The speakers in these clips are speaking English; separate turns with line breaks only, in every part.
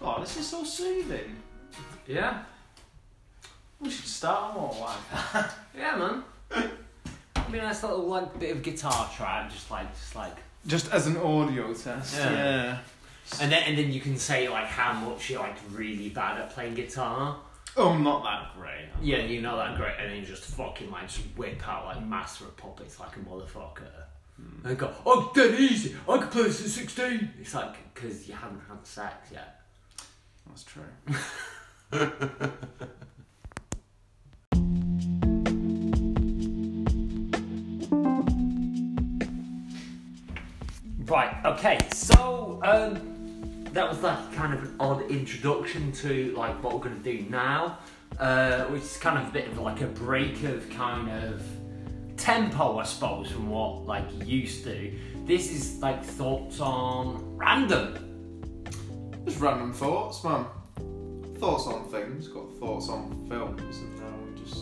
Oh, this is so soothing.
Yeah.
We should start them all like that.
Yeah, man. It'd be a nice little like bit of guitar track, just like just like,
Just as an audio test.
Yeah.
Yeah.
and then and then you can say like how much you're like really bad at playing guitar.
Oh, I'm not that great.
Yeah, you're not that great, and then you just fucking like just whip out like Master of Puppets like a motherfucker. And go, I'm dead easy. I can play this at sixteen. It's like because you haven't had sex yet.
That's true.
Right. Okay. So um, that was like kind of an odd introduction to like what we're gonna do now, uh, which is kind of a bit of like a break of kind of tempo, I suppose, from what like you used to. This is like thoughts on random.
Just random thoughts, man. Thoughts on things, got thoughts on films, and now we just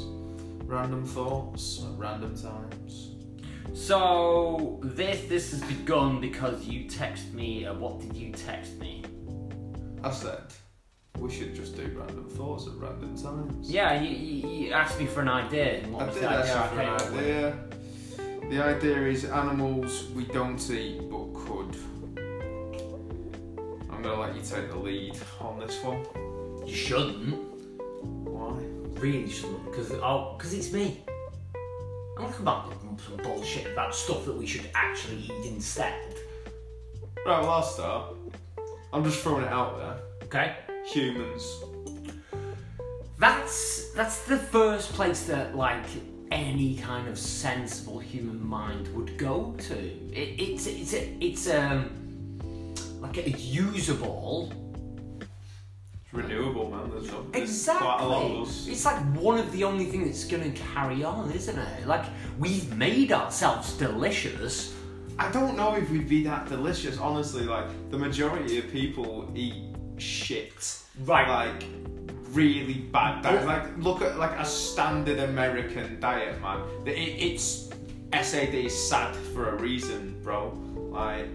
random thoughts at random times.
So this this has begun because you text me. Uh, what did you text me?
I said we should just do random thoughts at random times.
Yeah, you, you, you asked me for an idea. And what
I
was
did
the idea
ask for
I
an
came up with?
idea. The idea is animals we don't eat but could. I'm gonna let you take the lead on this one.
You shouldn't.
Why?
really shouldn't because oh, because it's me. I'm not about some bullshit about stuff that we should actually eat instead.
Right, well I'll start. I'm just throwing it out there.
Okay,
Humans.
that's that's the first place that like any kind of sensible human mind would go to. It, it's it's a, it's um like a usable
It's renewable, man. There's, not, there's
Exactly.
quite a lot of us.
It's like one of the only things that's going to carry on, isn't it? Like we've made ourselves delicious.
I don't know if we'd be that delicious, honestly. Like the majority of people eat shit.
Right.
Like really bad diet. Like look at like a standard American diet, man. The- It, it's SAD is sad for a reason, bro. Like.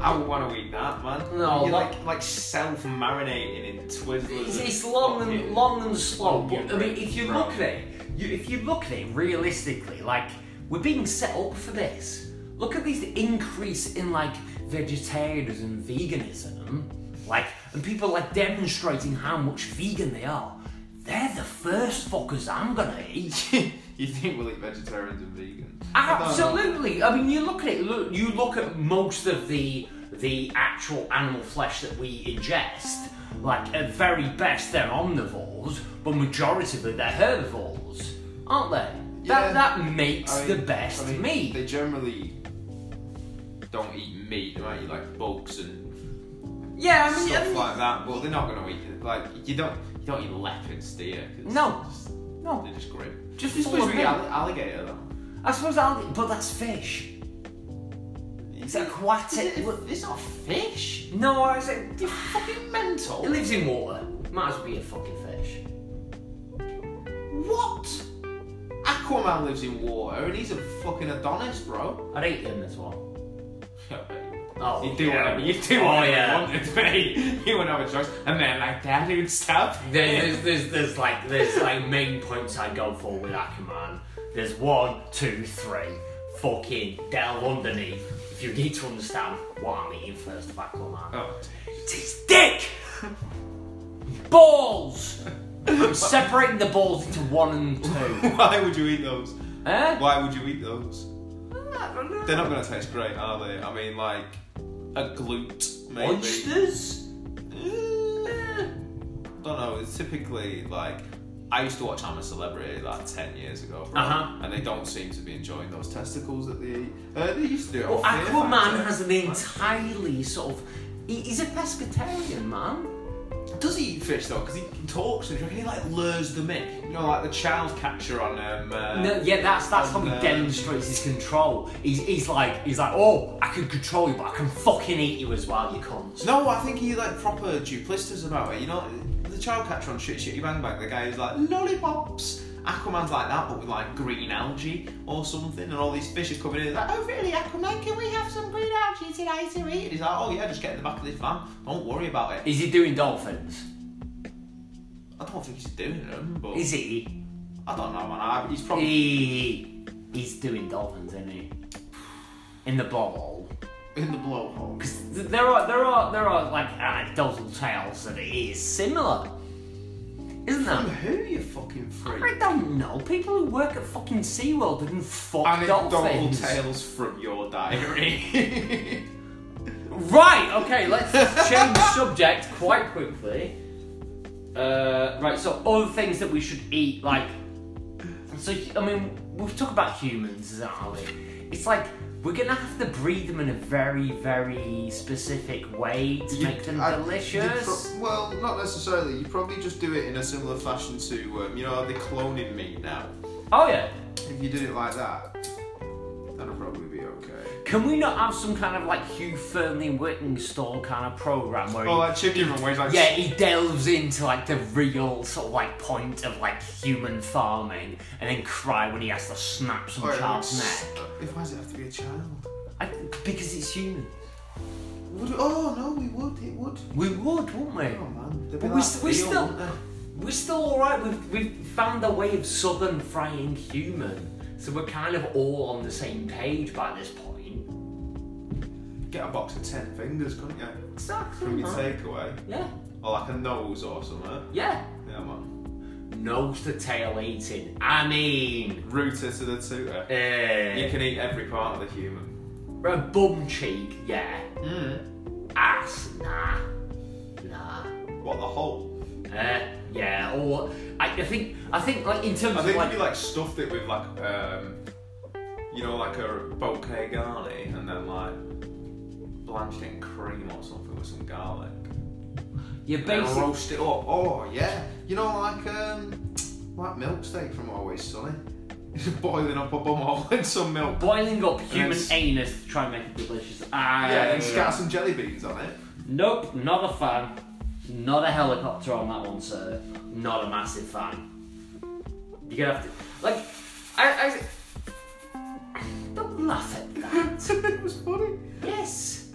I would want to eat that, man.
No,
You're
that-
like like self marinating in Twizzlers.
It's,
and
it's long and
fucking-
long and slow, but I mean,
Yeah,
if you
right.
look at it, you, if you look at it realistically, like we're being set up for this. Look at this increase in like vegetarianism, veganism, like, and people like demonstrating how much vegan they are. They're the first fuckers I'm gonna eat.
you think we'll eat vegetarians and vegans? I don't know.
Absolutely. I mean, you look at it. Look, you look at most of the the actual animal flesh that we ingest. Like at very best, they're omnivores, but majority of it they're herbivores, aren't they?
Yeah.
That that makes
I mean-
the best
I mean,
meat.
They generally don't eat meat. They might eat like bugs and
yeah, I mean, I
stuff
mean-
like that. But they're not gonna eat it. Like you don't you don't eat leopards, do you? 'Cause
No.
it's just-
no,
they're just great.
just
I
full
suppose
of
we
meat.
eat alli- alligator though.
I suppose I'll, but that's fish. It's aquatic.
It's not fish.
No, I said
You're fucking mental.
it lives in water. Might as well be a fucking fish.
What? Aquaman lives in water and he's a fucking Adonis, bro.
I'd eat him as well. Oh,
You do
yeah.
whatever you do
Oh,
whatever
yeah.
you wanted, mate. You wouldn't have a choice. A man like that who'd stab.
There- There's, there's, there's like there's like main points I go for with Aquaman. There's one, two, three. Fucking delve underneath. If you need to understand what I'm eating first of Aquaman,
Oh,
it's his dick, balls. I'm separating the balls into one and two.
Why would you eat those?
Eh?
Why would you eat those? They're not going to taste great, are they? I mean, like a glute, maybe.
Oysters?
Eh, Don't know. It's typically like I used to watch I'm a Celebrity like ten years ago, bro,
Uh-huh.
and they don't seem to be enjoying those testicles that they eat. Uh, they used to do it.
Well,
on Fear
Aquaman
Factor.
has an entirely sort of. he- He's a pescatarian, man.
Does he eat fish though? Because he talks and do you reckon he like lures them in. You know, like the child catcher on um. Uh,
No, yeah, that's that's how
on,
he
uh,
demonstrates his control. He's, he's like he's like, oh, I can control you, but I can fucking eat you as well, you cunts.
No, I think he like proper duplicitous about it. You know, the child catcher on shit shit. You bang bang. The guy who's like lollipops. Aquaman's like that, but with like green algae or something, and all these fish are coming in. He's like, oh really, Aquaman? Can we have some green algae today to eat? And he's like, oh yeah, just get in the back of this van. Don't worry about it.
Is he doing dolphins?
I don't think he's doing them, but
Is he?
I don't know, man. I, he's probably
He, he's doing dolphins, isn't he? In the ball.
in the blowhole.
Because there are there are there are like anecdotal tales that it is similar,
From
isn't there?
who you fucking freak?
I don't know. People who work at fucking SeaWorld didn't fuck
Anecdotal
dolphins.
tales from your diary.
Right, okay, let's change subject quite quickly. Uh, right, so other things that we should eat, like. So, I mean, we've talked about humans, aren't we? It's like we're gonna have to breed them in a very, very specific way to
You-
make them
I-
delicious.
you pro- well, not necessarily. You probably just do it in a similar fashion to, um, you know, how they cloning meat now.
oh, yeah.
If you did it like that, that'll probably be okay.
Can we not have some kind of like Hugh Fernley Whittingstall kind of program where
Oh,
he
like chicken from ways like
Yeah, he delves into like the real sort of like point of like human farming, and then cry when he has to snap some
Or it
child's
looks-
neck
If why does it have to be a child?
I, because it's human.
Would oh no, we would. It would.
We would, wouldn't we?
Oh man, they'd be
But we,
like
s- we
veal,
still,
wouldn't they?
we're still all right. We've we've found a way of southern frying human, so we're kind of all on the same page by this point.
get a box of ten fingers, couldn't you? From
Exactly.
your takeaway,
Yeah,
or like a nose or something.
yeah.
Yeah, man.
Nose to tail eating. I mean,
Rooter to the tutor. You
eh,
can eat every part of the human.
a bum cheek. Yeah. Mm. ass. Nah, nah.
What the whole?
Uh, yeah, or I, I think I think like in terms
I think
of
if
like
you like stuffed it with like um, you know, like a bouquet garni, and then like blanched it in cream or something with some garlic.
your
Then
basic.
roast it up. Oh yeah, you know, like um, like milkshake from Always Sunny. Just boiling up a bumhole in some milk.
Boiling up human
it's-
anus to try and make it delicious. I,
Yeah, and scatter some jelly beans on it.
Ah, Nope, not a fan. Not a helicopter on that one, sir. Not a massive fan. You're gonna have to like I, I don't laugh at that.
it was funny.
Yes.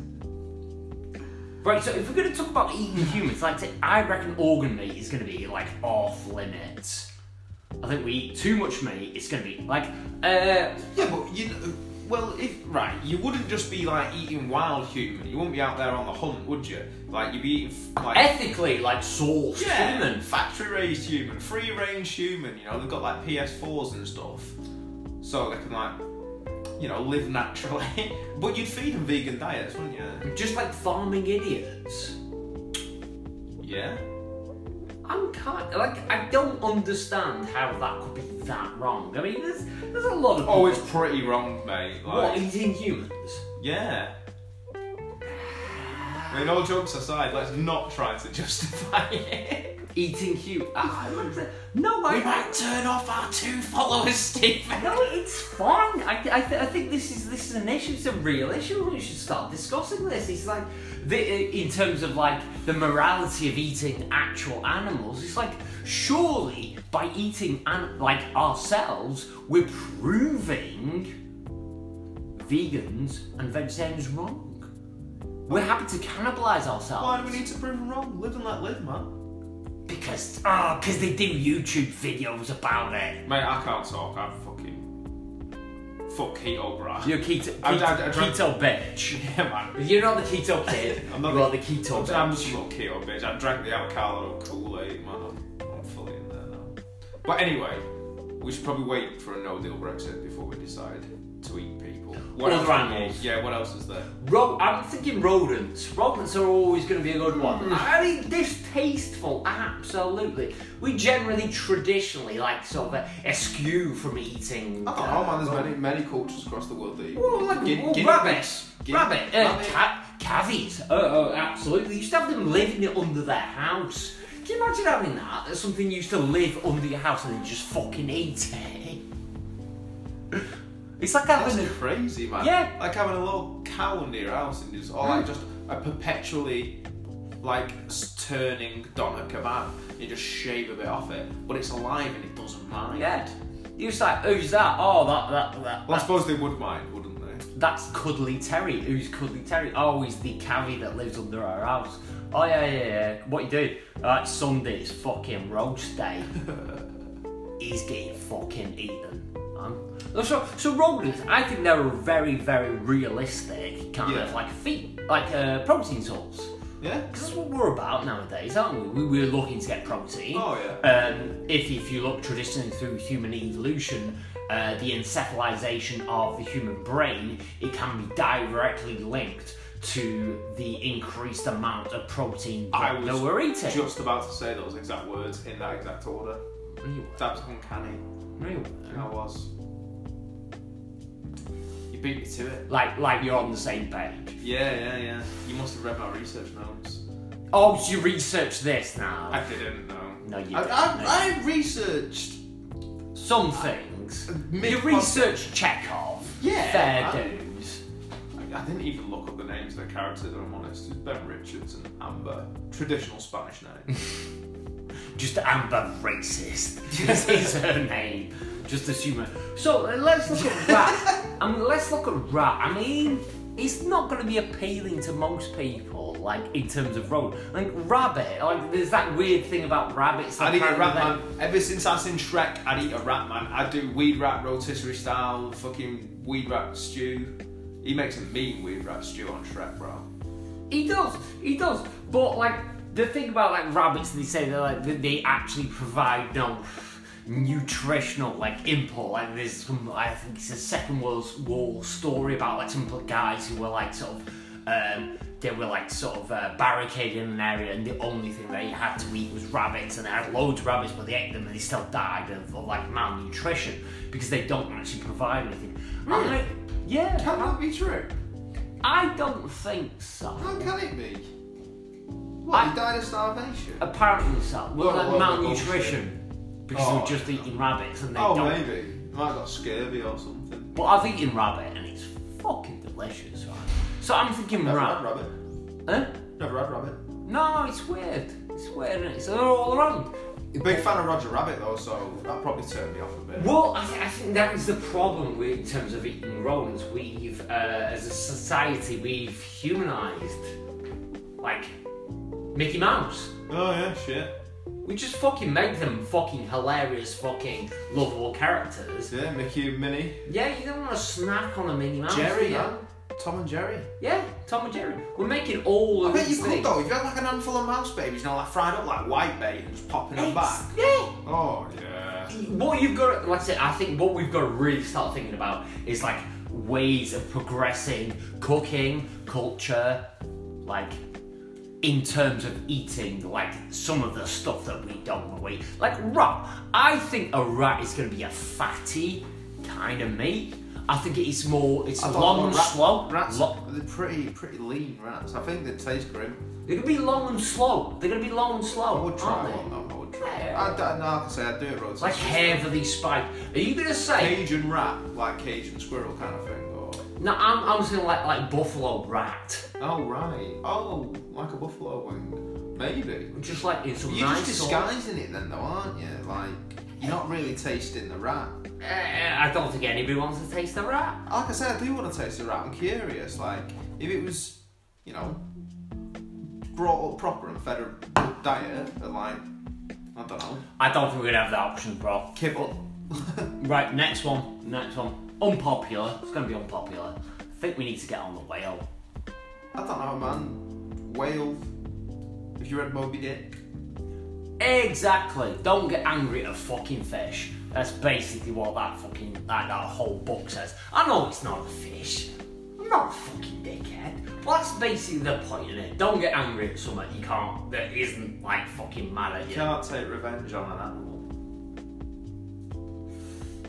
Right, so if we're going to talk about eating humans, like I say, I reckon organ meat is going to be like off limits. I think we eat too much meat. It's going to be like, uh,
Yeah, but you know, well, if right, you wouldn't just be like eating wild human. You wouldn't be out there on the hunt, would you? Like you'd be eating f- like
ethically, like sourced human.
factory raised human, free range human. You know, they've got like PS4s and stuff, so they can like, you know, live naturally. but you'd feed them vegan diets, wouldn't you?
Just like farming idiots.
Yeah.
I'm kind like I don't understand how that could be that wrong. I mean, there's there's a lot of
Oh, it's
people-
pretty wrong, mate.
what
Like,
eating humans.
yeah. I mean, all jokes aside, let's not try to justify it.
Eating humans. Ah, look at- no, I.
turn off our two followers, Stephen.
No, it's fine. I, I, th- I think this is this is an issue. It's a real issue. We should start discussing this. It's like the, uh, in terms of like the morality of eating actual animals. It's like surely by eating an- like ourselves, we're proving vegans and vegetarians wrong. We're happy to cannibalise ourselves
Why do we need to prove them wrong? Live and let live, man.
because ah because they do YouTube videos about it.
Mate, I can't talk. I'm fucking fuck keto, bruh.
You're keto,
I'm-
keto,
I'm- I'm trying-
keto bitch.
Yeah, man.
You're not the keto kid.
I'm not
you
the-
are the keto
I'm,
bitch.
I'm just not keto, bitch. I drank the avocado Kool Aid, man. I'm, I'm fully in there now. But anyway, we should probably wait for a no deal Brexit before we decide to eat people. What
Other
else can we
animals.
eat? Yeah, what else is there?
Ro- I'm thinking rodents. Rodents are always going to be a good one.
Mm.
I mean, distasteful, absolutely. We generally, traditionally, like sort of uh, eschew from eating.
Oh,
uh,
man, there's many, many cultures across the world that eat.
Well, like
Guin-
well,
guinea
rabbits,
pigs. Guinea-
rabbit, uh,
rabbit.
Ca- cavies. Oh, oh, absolutely. You used to have them living it under their house. Can you imagine having that? That's something you used to live under your house and then just fucking eat it. It's like having a
That's crazy, man.
Yeah. Hmm.
Like having a little cow near your house and just, or like just a perpetually like s- turning doner kebab. You just shave a bit off it, but it's alive and it
doesn't mind.
Yeah. You was like, who's that? Oh, that, that, that.
Well, I suppose they would mind, wouldn't they?
That's Cuddly Terry. Who's Cuddly Terry? Oh, he's the cavi that lives under our house. Oh yeah, yeah, yeah. What you do? Alright, Sunday it's fucking roast day. he's getting fucking eaten. Um, so, so rodents, I think they're a very, very realistic kind
Yeah.
of like feet, like uh, protein source.
Yeah.
Because that's what we're about nowadays, aren't we? we we're looking to get protein.
Oh, yeah.
Um, if, if you look traditionally through human evolution, uh, the encephalization of the human brain, it can be directly linked to the increased amount of protein that,
I was
that we're eating.
Just about to say those exact words in that exact order.
No, you weren't.
That's uncanny.
No, you weren't.
I was. You beat me to it.
Like, like you're on the same page.
Yeah, yeah, yeah. You must have read my research notes.
Oh, so you researched this now?
I didn't know.
no, you
I,
didn't.
I, I researched.
Some things.
mid-
you researched Chekhov.
Yeah,
Fair
I-
dues.
I, I didn't even look up the names of the characters. If I'm honest, It's Ben Richards and Amber. Traditional Spanish name.
Just Amber Racist is, is her name. Just assume her. So uh, let's look at Rat. I mean, let's look at Rat. I mean, it's not going to be appealing to most people, like in terms of role. Like Rabbit, like there's that weird thing about rabbits.
I'd eat a
apparently
rat man. Ever since I've seen Shrek, I'd eat a rat man. I'd do weed rat rotisserie style, fucking weed rat stew. He makes a mean weed rat stew on Shrek, bro.
they- He does, he does. But like the thing about like rabbits, they say they're like they- they actually provide no nutritional like input. Like there's some, I think it's a Second World War story about like some guys who were like sort of. Um, they were like sort of uh, barricaded in an area, and the only thing they had to eat was rabbits, and they had loads of rabbits, but they ate them and they still died of like malnutrition because they don't actually provide anything.
Really?
I- yeah,
Can that be true?
I don't think so.
How can it be? What? He died of starvation.
Apparently so. Well,
Well,
like
well,
malnutrition because
Oh,
they're just eating rabbits and they
oh,
don't.
maybe. He might have got scurvy or something.
But I've eaten rabbit and it's fucking delicious, right? So I'm thinking
Never
rabbit.
had rabbit.
Huh?
Never had rabbit.
No, it's weird. It's weird and it's all around.
Big fan of Roger Rabbit though, so that probably turned me off a bit.
Well, I, th- I think that is the problem with, in terms of eating rodents. We've, uh, as a society, we've humanised, like, Mickey Mouse.
Oh yeah, shit.
We just fucking make them fucking hilarious, fucking lovable characters.
Yeah, Mickey and Minnie.
Yeah, you don't want to snack on a Minnie Mouse.
Jerry,
do you?
man. Tom and Jerry.
Yeah, Tom and Jerry. We're making all
I
of
bet
these
you could
things.
though, if you had like an handful of mouse babies and all that fried up like white bait and just popping them back.
Yeah.
Oh yeah.
What you've got, like I said, I think what we've got to really start thinking about is like ways of progressing cooking culture, like in terms of eating, like some of the stuff that we don't want to eat. Like rat, I think a rat is going to be a fatty kind of meat. I think it's more, it's
I don't
long
know,
and
rat-
slow.
Rats,
Lo-
they're pretty, pretty lean rats. I think they taste grim.
They're gonna be long and slow. They're gonna be long and slow.
I would try
aren't
one
they?
though. I would try.
Yeah.
I, I, no, I can say I'd do it, bro.
Like heavily spiked. Are you gonna say?
Cajun rat, like Cajun squirrel kind of thing, or
No, I'm, I'm just gonna like like buffalo rat,
oh right, oh like a buffalo wing, maybe.
just like in some
You're
nice.
just
sort-
disguising it then, though, aren't you? Like you're not really tasting the rat.
Eh, eh, I don't think anybody wants to taste the rat.
Like I said, I do want to taste the rat. I'm curious. Like if it was, you know, brought up proper and fed a good diet, but like I don't know,
I don't think we're gonna have the option, bro.
kibble.
Right, next one. Next one. Unpopular. It's gonna be unpopular. I think we need to get on the whale.
I don't know, man. Whale. If you read Moby Dick,
Exactly. Don't get angry at a fucking fish. That's basically what that fucking that, that whole book says. I know it's not a fish. I'm not a fucking dickhead. Well, that's basically the point in it. Don't get angry at something you can't that isn't like fucking mad at
you
you.
can't take revenge on an animal.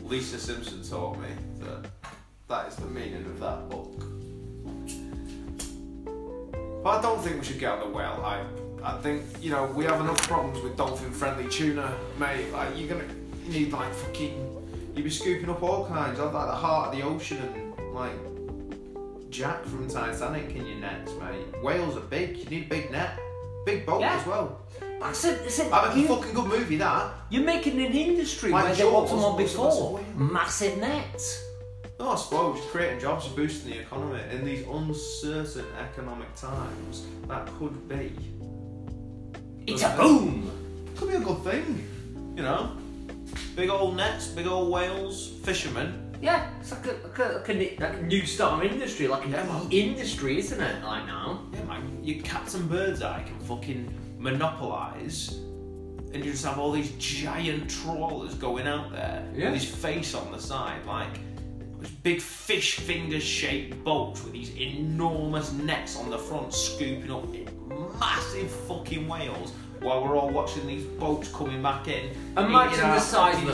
Lisa Simpson taught me that that is the meaning of that book. But I don't think we should get on the whale hype. I think you know we have enough problems with dolphin-friendly tuna, mate. Like you're gonna you need like fucking you'd be scooping up all kinds. I've like the heart of the ocean and like Jack from Titanic in your nets, mate. Whales are big. You need a big net, big boat
Yeah.
as well.
That's it. That's it.
That was a
You,
fucking good movie, that.
you're making an industry
Like
where there
Jaws
wasn't one
was- was-
before. Massive nets.
No, Oh, I suppose creating jobs and boosting the economy in these uncertain economic times, that could be.
It's a boom.
Could be a good thing, you know? Big old nets, big old whales, fishermen.
Yeah, it's like a, like a, like a, ni- like a new style of industry, like a new industry, isn't it? Like now.
Yeah, man, your cats and birds eye can fucking monopolise, and you just have all these giant trawlers going out there
Yeah.
with his face on the side, like those big fish finger shaped boats with these enormous nets on the front, scooping up massive fucking whales. While we're all watching these boats coming back in,
Imagine
eating our
the size of the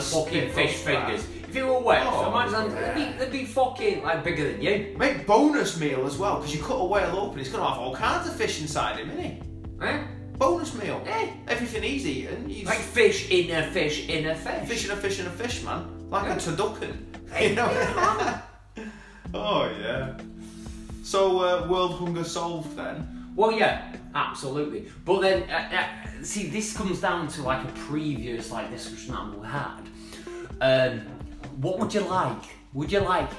spit
fucking fish
up that.
fingers. If you were wet,
Oh,
imagine
yeah.
they'd, be, they'd be fucking like bigger than you.
Make bonus meal as well, because you cut a whale open, it's gonna have all kinds of fish inside him, isn't he?
Eh?
Bonus meal.
Yeah.
Everything he's eaten. He's
Like fish in a fish in a fish.
fishing a fish and a fish, man. Like
Yeah.
a turducken. You know? oh, yeah. So, uh, world hunger solved then?
Well, yeah, absolutely. But then, uh, uh, see, this comes down to like a previous like discussion that we had. Um, what would you like? Would you like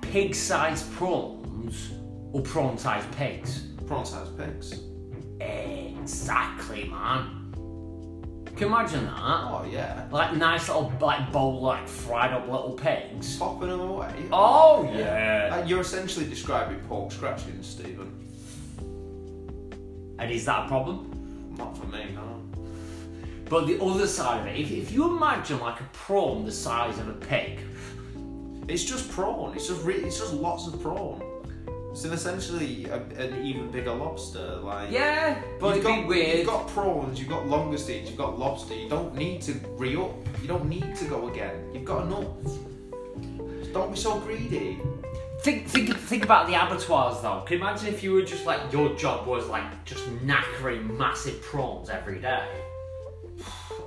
pig-sized prawns or prawn-sized pigs?
Prawn sized pigs.
Exactly, man. Can you imagine that?
Oh, yeah.
Like nice little like bowl, like fried up little pigs.
Popping them away.
Oh yeah.
Like, you're essentially describing pork scratchings, Stephen.
And is that a problem?
Not for me, no.
But the other side of it, if, if you imagine like a prawn the size of a pig,
It's just prawn. It's just re- it's just lots of prawn. So essentially, a, an even bigger lobster. Like
yeah, but
you've
it'd
got,
be weird.
You've got prawns, you've got longestines, you've got lobster. You don't need to re up. You don't need to go again. You've got enough. Don't be so greedy.
Think, think, think about the abattoirs though. Can you imagine if you were just like your job was like just knackering massive prawns every day?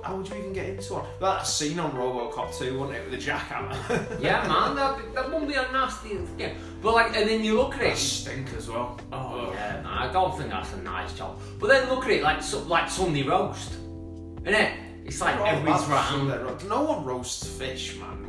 How would you even get into one? Well, that scene on RoboCop 2, wasn't it, with the jackhammer?
Yeah, man, that that wouldn't be a nasty. Yeah, but like, and then you look at
that
it.
stink as well. Oh,
Yeah, man, I don't think that's a nice job. But then look at it like so, like Sunday roast, innit? It's
Oh,
like everybody's round.
No one roasts fish, man.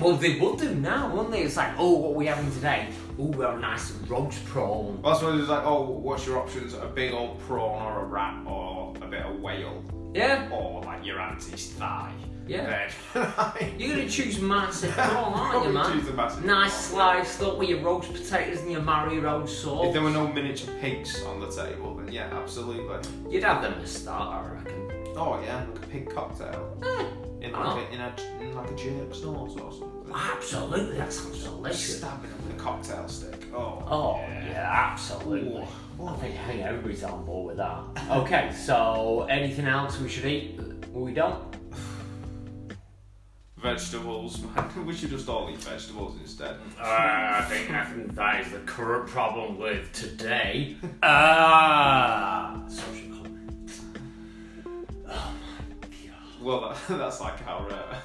Well, they would do now, wouldn't they? It's like, oh, what are we having today? Oh, we have a nice roast prawn.
Well, I suppose it's like, oh, what's your options? A big old prawn or a rat or a bit of whale
Yeah,
or like your auntie's thigh.
Yeah.
Then,
you're gonna choose massive prawn, aren't you,
Probably
man?
choose a massive
nice
prawn.
sliced up with your roast potatoes and your mario
if
sauce.
there were no miniature pigs on the table, then yeah, absolutely.
You'd have them as a start, I reckon.
Oh yeah, like a pig cocktail
Eh,
in like a, in a in like a jerk sauce or something.
Absolutely, that sounds Ah, delicious.
Stabbing them with a cocktail stick. Oh.
Oh yeah, absolutely.
Ooh.
I think, I think everybody's on board with that. Okay, so anything else we should eat? We don't.
Vegetables, man. We should just all eat vegetables instead.
Uh, I think I think that is the current problem with today. Ah, social comment. Oh
Well, that, that's like our uh,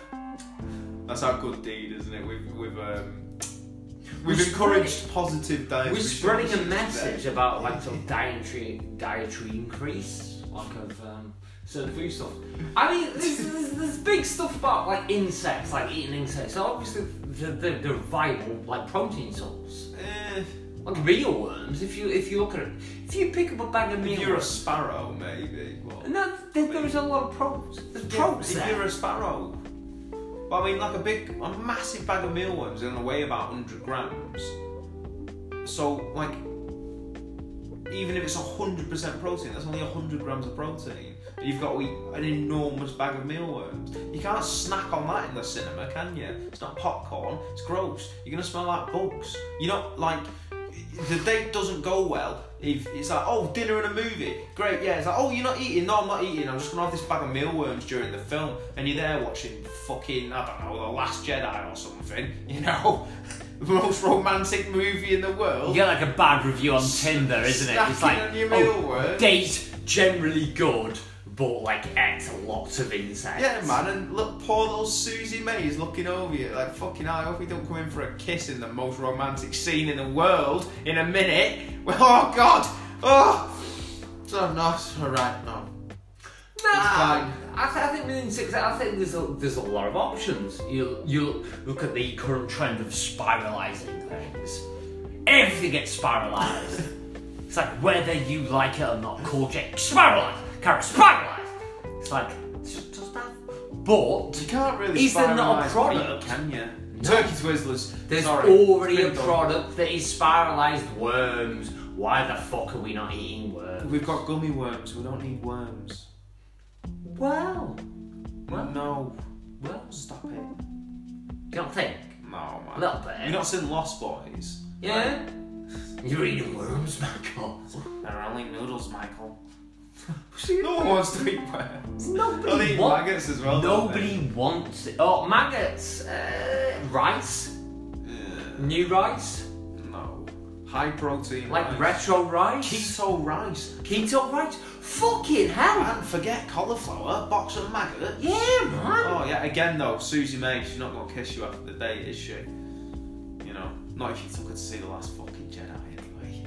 that's our good deed, isn't it? We've we've um, we've
We're
encouraged positive dietary.
We're spreading a
choices today.
message about like sort of dietary dietary increase, like of um, certain food stuff. I mean, there's, there's, there's big stuff about like insects, like eating insects. So obviously, they're, they're, they're viable like protein source.
Eh,
Like mealworms, if you if you look at it, if you pick up a bag of
if you're a
mealworms,
sparrow, maybe. Well,
and that, there, there is a lot of pros. There's pros
If you're
there.
a sparrow. But I mean, like a big, a massive bag of mealworms and they weigh about 100 grams. So, like, even if it's 100% protein, that's only 100 grams of protein. You've got to eat an enormous bag of mealworms. You can't snack on that in the cinema, can you? It's not popcorn, it's gross. You're going to smell like bugs. You're not, like, the date doesn't go well. If it's like, oh, dinner and a movie, great, yeah. It's like, oh, you're not eating. No, I'm not eating. I'm just gonna have this bag of mealworms during the film, and you're there watching fucking, I don't know, The Last Jedi or something. You know, the most romantic movie in the world.
You get like a bad review on Tinder, isn't it? It's
Snacking
like
on your
oh,
mealworms."
date generally good, but like ate a lot of insects.
Yeah, man, and look, poor little Susie May is looking over you like, fucking hell, I hope we don't come in for a kiss in the most romantic scene in the world in a minute. Well, oh, God! Oh! So, no, alright, no.
Nah,
fine.
I, th- I think within six, I think there's a, there's a lot of options. You you look at the current trend of spiralizing things. Everything gets spiralized. it's like whether you like it or not, call Jake spiralized. Kara spiralized. It's like it's just, just that. But
You can't really.
Is there not a
spiralise
product?
meat, Can you? Turkey Twizzlers.
there's
Sorry,
already a
Spindle.
product that is spiralized worms. Why the fuck are we not eating worms?
We've got gummy worms. We don't need worms.
Well, What?
No.
well,
Stop it.
don't think.
No, man.
A little bit.
You've not seen Lost Boys.
Yeah? You're eating worms, Michael.
They're only noodles, Michael.
See,
No one wants to eat worms. Oh, they
Nobody
eat
wants
maggots as well. don't they?
Nobody wants it. Oh, maggots. Uh, rice.
Ugh,
New rice.
no. High protein.
Like
rice.
retro rice.
Keto rice.
Keto rice. Fucking hell.
And forget cauliflower, box of maggots.
Yeah, man.
Oh yeah, again though, Susie May, she's not gonna kiss you after the date, is she? You know, not if you took her to see the last fucking Jedi anyway.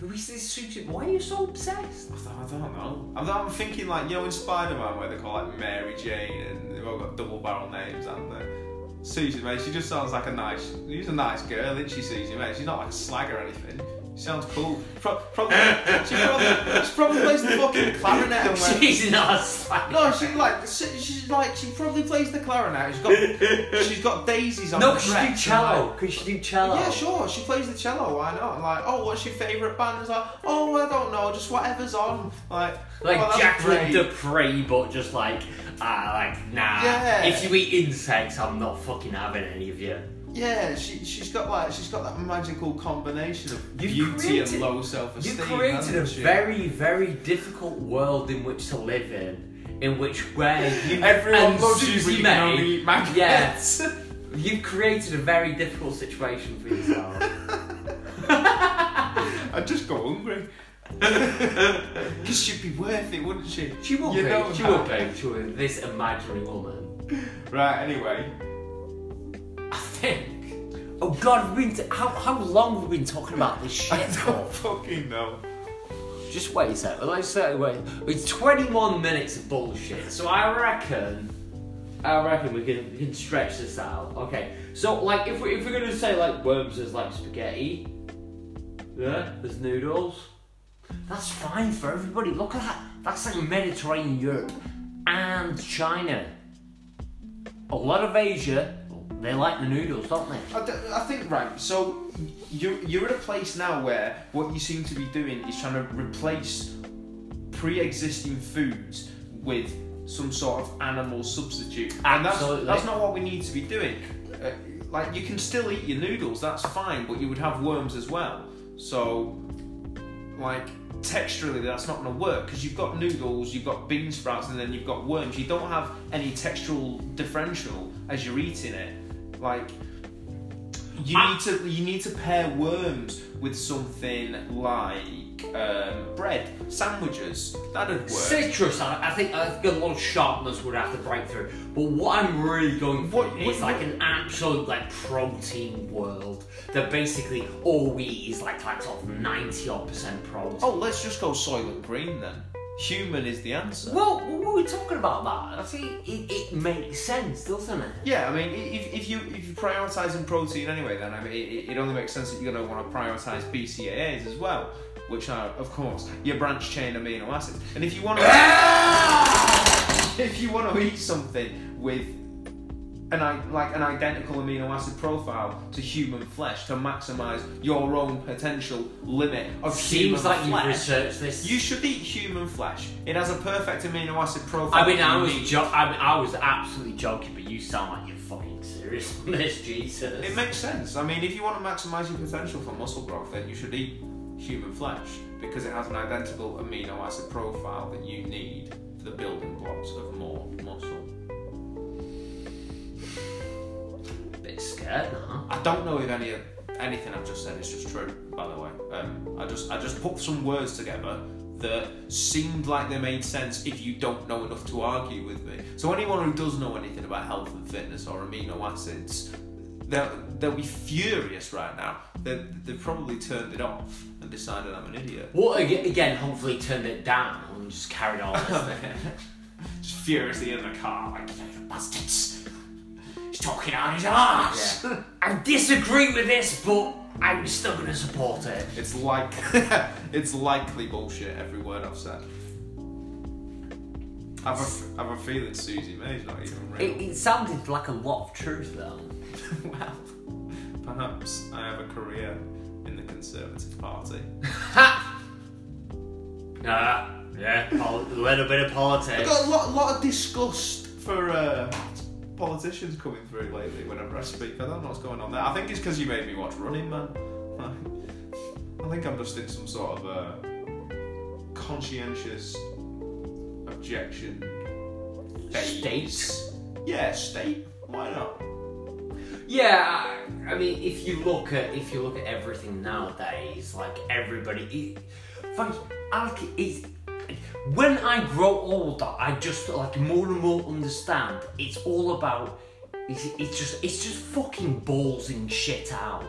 Who is this suited? Why are you so obsessed?
I don't, I don't know. I'm, I'm thinking like you know in Spider-Man where they call like Mary Jane and they've all got double barrel names, haven't they? Susie May, she just sounds like a nice, she's a nice girl, isn't she? Susie May, she's not like a slag or anything. She sounds cool. Pro- probably, she probably, she probably plays the fucking clarinet and wears
She's not slack.
No, she like she, she's like she probably plays the clarinet. She's got she's got daisies on.
No,
her
could she do
dress and,
cello?
like-
Could she do cello?
yeah, sure. She plays the cello. Why not? like, oh, what's your favourite band? It's like, oh, I don't know, just whatever's on. Like,
Like
oh, that's
Jacqueline
great.
Dupree, but just like, ah, like, nah.
Yeah.
If you eat insects, I'm not fucking having any of you.
Yeah, she she's got like she's got that magical combination of
You've
beauty
created-
and low self
You
esteem.
created a very, very difficult world in which to live in, in which where you
everyone
and
loves you, but
Susie
you
May,
can only eat maggots.
Yeah. you've created a very difficult situation for yourself.
I'd just go hungry. Because she'd be worth it, wouldn't she?
she will
You
be.
know
she
that.
will be. She will. be This imaginary woman.
Right. Anyway,
I think. Oh God, we've been t- how how long have we been talking about this
I
shit for?
don't fucking know.
Just wait a second. Let's say wait. It's 21 minutes of bullshit. So I reckon, I reckon we can we can stretch this out. Okay. So like if we if we're gonna say like worms is like spaghetti, yeah, there's noodles. That's fine for everybody. Look at that. That's like Mediterranean Europe and China. A lot of Asia, they like the noodles, don't they?
I, d- I think right. So you're you're at a place now where what you seem to be doing is trying to replace pre-existing foods with some sort of animal substitute. And that's,
Absolutely.
That's not what we need to be doing. Uh, like you can still eat your noodles. That's fine, but you would have worms as well. So like texturally that's not going to work because you've got noodles you've got bean sprouts and then you've got worms you don't have any textural differential as you're eating it like you
I-
need to you need to pair worms with something like um, bread sandwiches that'd work
Citrus, I, I think I think a lot of sharpness would have to break through. But what I'm really going for
What-
is
what-
like an absolute like protein world that basically all we eat is like like sort of ninety odd percent protein.
oh let's just go soylent green then human is the answer
Well, we were talking about that. I think it, it makes sense, doesn't it?
Yeah, I mean, i- if, if you if you're prioritising protein anyway, then I mean, it, it only makes sense that you're going to want to prioritise BCAAs as well, which are of course your branch chain amino acids. And if you want to if you want to eat something with an i- like an identical amino acid profile to human flesh to maximise your own potential limit of human
Seems like you've
flesh.
researched this.
you should eat human flesh. It has a perfect amino acid profile.
I mean, I
You
was
need-
jo- I, mean, I was absolutely joking, but you sound like you're fucking serious on this, Jesus.
It makes sense. I mean, if you want to maximise your potential for muscle growth, then you should eat human flesh because it has an identical amino acid profile that you need for the building blocks of more muscle.
a bit scared now.
I don't know if any of anything I've just said is just true. By the way, um, I just I just put some words together that seemed like they made sense if you don't know enough to argue with me. So anyone who does know anything about health and fitness or amino acids, they'll, they'll be furious right now. They, they've probably turned it off and decided I'm an idiot.
Well, ag- again, hopefully turned it down and just carried on listening.
Just furiously in the car, like, "You bastards! He's talking out his ass!
Yeah. I disagree with this, but I'm still going to support it.
It's like it's likely bullshit. Every word I've said. I've a, I've a feeling Susie May's not even
It,
real.
it sounded like a lot of truth, though.
well, perhaps I have a career in the Conservative Party.
Ha! Ah, yeah, a little bit of
I've
politics.
got a lot, lot of disgust for uh, politicians coming through lately. Whenever I speak, I don't know what's going on there. I think it's because you made me watch Running Man. I think I'm just in some sort of uh, conscientious objection phase.
State?
Yeah, state. Why not?
Yeah, I- I mean, if you look at if you look at everything nowadays, like everybody, it, fuck, I it's, when I grow older, I just like more and more understand. It's all about it's, it's just it's just fucking ballsing shit out.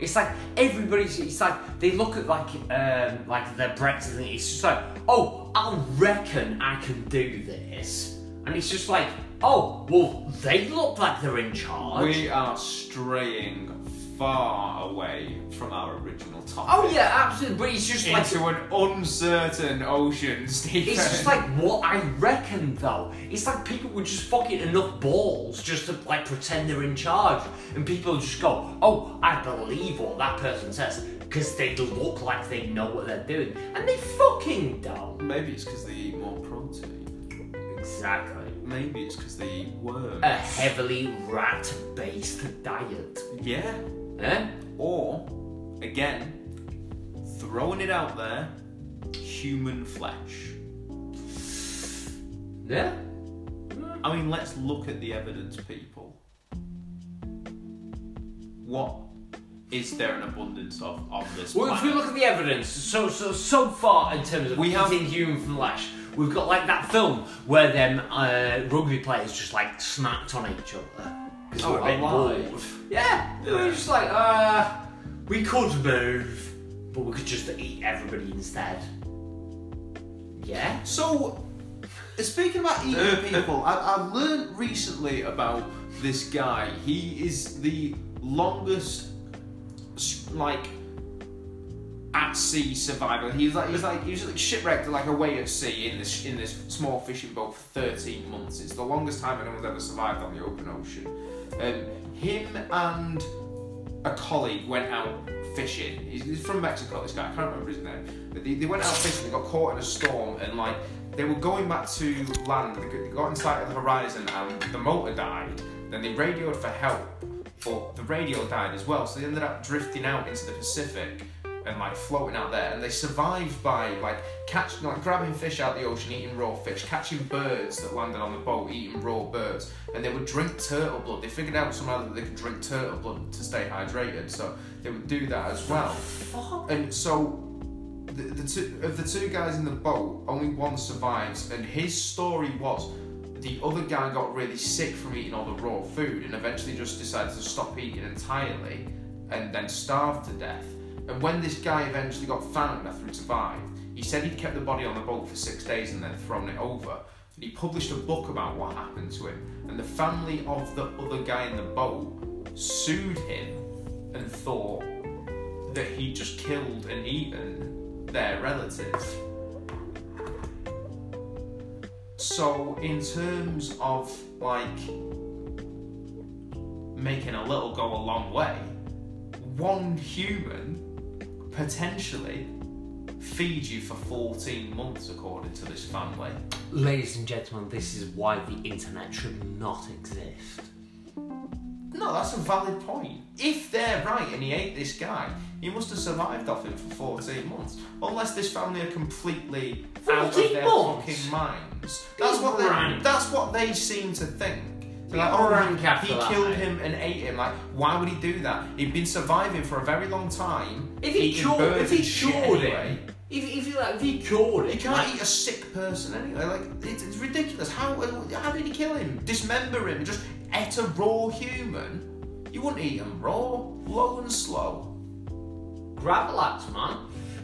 It's like everybody's. It's like they look at like um like their Brexit and it's just like oh I reckon I can do this, and it's just like oh well they look like they're in charge.
We are straying far away from our original topic.
Oh yeah, absolutely. But it's just like
Into an uncertain ocean, Stephen.
it's just like what I reckon though. It's like people with just fucking enough balls just to like pretend they're in charge, and people just go, "Oh, I believe what that person says," because they look like they know what they're doing, and they fucking don't.
Maybe it's because they eat more protein.
Exactly.
Maybe it's because they eat worms.
A heavily rat-based diet.
yeah.
Eh?
Or, again, throwing it out there, human flesh.
Yeah.
I mean, let's look at the evidence, people. What is there an abundance of on this
Well, if
planet?
we look at the evidence, so so so far in terms of
We have-
eating human flesh, we've got like that film where them uh, rugby players just like snapped on each other because
Oh,
we're a bit
alive.
bored. Yeah, they were just like, uh, we could move, but we could just eat everybody instead. Yeah.
So, speaking about eating people, I, I learned recently about this guy. He is the longest, s- like, at sea survivor. He's like he's like he was like shipwrecked like away at sea in this in this small fishing boat for 13 months. It's the longest time anyone's ever survived on the open ocean. Um, him and a colleague went out fishing. He's, he's from Mexico. This guy I can't remember his name, but they, they went out fishing. They got caught in a storm and like they were going back to land. They got- they got in sight of the horizon and the motor died. Then they radioed for help but the radio died as well, so they ended up drifting out into the Pacific and like floating out there. And they survived by like catching, like grabbing fish out the ocean, eating raw fish, catching birds that landed on the boat, eating raw birds. And they would drink turtle blood. They figured out somehow that they could drink turtle blood to stay hydrated, so they would do that as well.
Fuck.
And so, the, the two of the two guys in the boat, only one survives, and his story was the other guy got really sick from eating all the raw food and eventually just decided to stop eating entirely and then starved to death. And when this guy eventually got found after he survived, he said he'd kept the body on the boat for six days and then thrown it over. And he published a book about what happened to him. And the family of the other guy in the boat sued him and thought that he just killed and eaten their relatives. So, in terms of like making a little go a long way, one human potentially feeds you for 14 months, according to this family.
Ladies and gentlemen, this is why the internet should not exist.
No, that's a valid point. If they're right and he ate this guy, he must have survived off him for 14 months. Unless this family are completely out of
14
their
months?
fucking minds. That's what,
Rank.
they, that's what they seem to think. They're like,
Be
oh,
rank
he,
after
he
that,
killed
mate."
him and ate him. Like, why would he do that? He'd been surviving for a very long time.
If he
eating
cured,
birds
if he
and shit
cured
anyway.
it, if if you like, if he cured it,
You can't
like-
eat a sick person anyway. Like it's, it's ridiculous. How how did he kill him? Dismember him? Just ate a raw human? You wouldn't eat them raw, low and slow.
Gravlax, man.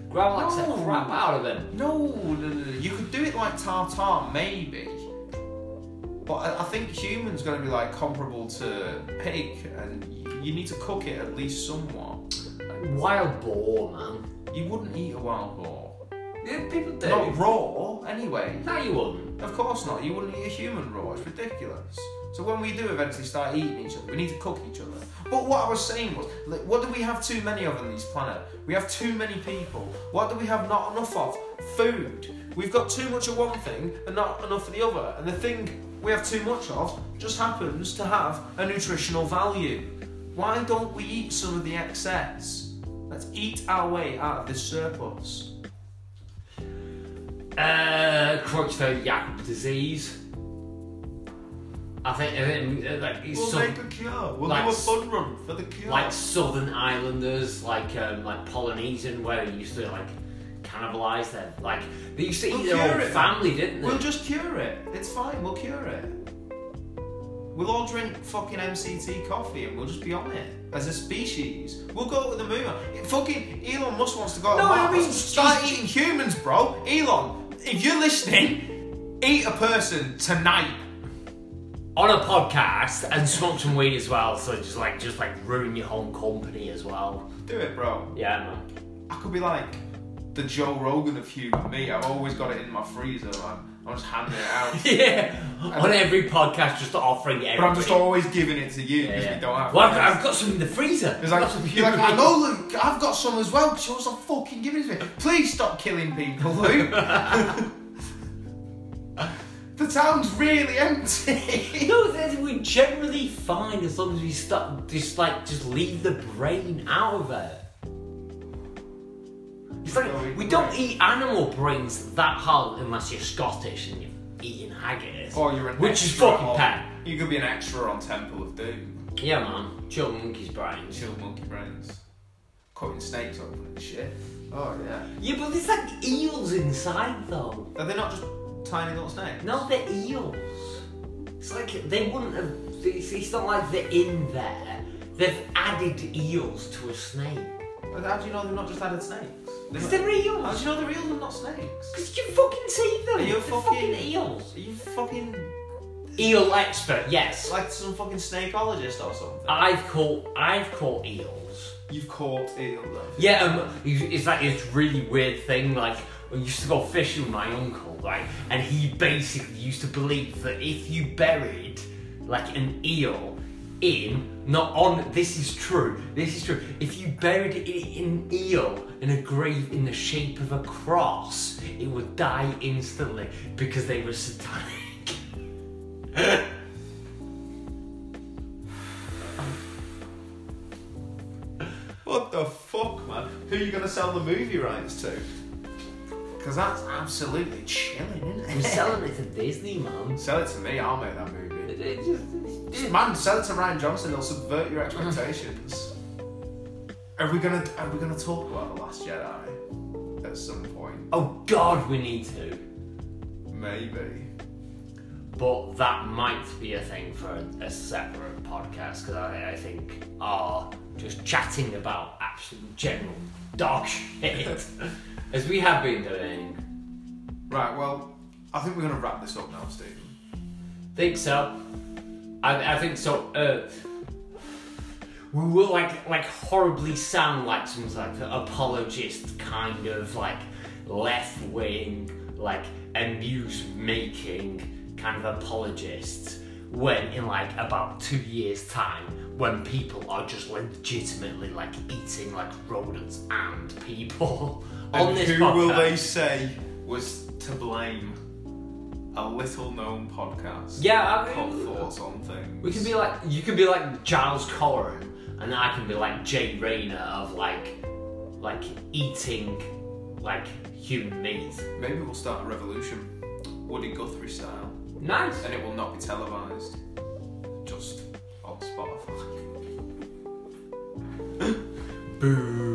Gravlax the
No.
crap out of him.
No, no, no, no. you could do it like tartar maybe, but I, I think human's going to be like comparable to pig, and y- you need to cook it at least somewhat.
Wild boar, man.
You wouldn't eat a wild boar,
Yeah, people do.
not raw anyway.
No, you wouldn't.
Of course not. You wouldn't eat a human raw. It's ridiculous. So when we do eventually start eating each other, we need to cook each other. But what I was saying was, like, what do we have too many of on this planet? We have too many people. What do we have not enough of? Food. We've got too much of one thing and not enough of the other. And the thing we have too much of just happens to have a nutritional value. Why don't we eat some of the excess? Let's eat our way out of this surplus.
Uh, Crutchfield Jacob disease. I think, I think uh, like, it's some-
a cure. We'll
like-
run for the cure.
like Southern Islanders, like um, like Polynesian, where they used to like cannibalize them. Like they used to eat
We'll
their
cure
own
it.
family, didn't they?
We'll just cure it. It's fine. We'll cure it. We'll all drink fucking MCT coffee and we'll just be on it as a species. We'll go to the moon. Fucking Elon Musk wants to go to
No, I
Mars.
mean,
Start
she's-
eating humans, bro. Elon, if you're listening, eat a person tonight.
On a podcast and smoke some weed as well, so just like just like ruin your whole company as well.
Do it, bro.
Yeah, man.
I could be like the Joe Rogan of human meat. I've always got it in my freezer, man. I'm just handing it out.
Yeah, on every podcast, just offering it.
But I'm just always giving it to you because we don't have. it.
Well, I've, I've got some in the freezer.
It's
I've got some
like, you're like,
human
I know, Luke, I've got some as well, because yours are fucking giving it to me. Please stop killing people, Luke. the town's really empty.
No, that we're generally fine as long as we start just like just leave the brain out of it. It's like
Don't eat
we
the
don't
brain.
eat animal brains that hard unless you're Scottish and you're eating haggis.
Or Oh, you're an
which is
extra
fucking
on-
pet.
You could be an extra on Temple of Doom.
Yeah, man. Chill monkey's brains.
Chill monkey brains. Cutting snakes up and shit. Oh, yeah.
Yeah, but there's like eels inside though.
Are they not just tiny little snakes?
No, they're eels. It's like they wouldn't have. It's, it's not like they're in there. They've added eels to a snake.
How do you know they've not just added snakes?
Because
They're
they're eels.
not- How do you know they're real and not snakes?
Because you can fucking see them.
Are you
They're fucking,
fucking-
eels.
Are you fucking
Eel expert, yes.
like some fucking snakeologist or something?
I've caught I've caught eels.
You've caught eel though.
Yeah, um, it's like this really weird thing. Like I used to go fishing with my uncle, right? And he basically used to believe that if you buried like an eel in not on this is true this is true if you buried i- an eel in a grave in the shape of a cross it would die instantly because they were satanic
What the fuck, man? Who are you going to sell the movie rights to? Because that's absolutely chilling, isn't
We're
it?
selling it to Disney, man.
Sell it to me, I'll make that movie.
It just-
Just, man, sell it to Ryan Johnson, he'll subvert your expectations. Are we gonna are we gonna talk about The Last Jedi at some point?
Oh God, we need to.
Maybe.
But that might be a thing for a, a separate podcast because I, I think our just chatting about absolute general dog shit, as we have been doing.
Right, well, I think we're gonna wrap this up now, Stephen.
Think so? I, I think so. Uh, we will like like horribly sound like some like apologist kind of like left wing like amuse making kind of apologists when in like about two years time when people are just legitimately like eating like rodents and people on
And
this
who
podcast.
will they say was to blame? A little known podcast.
Yeah, I
Pop
mean-
thoughts on things.
We can be like you could be like Giles Corrin, and I can be like Jay Rayner of like like eating like human meat.
Maybe we'll start a revolution, Woody Guthrie style,
Nice.
and it will not be televised, just on Spotify.
Boo.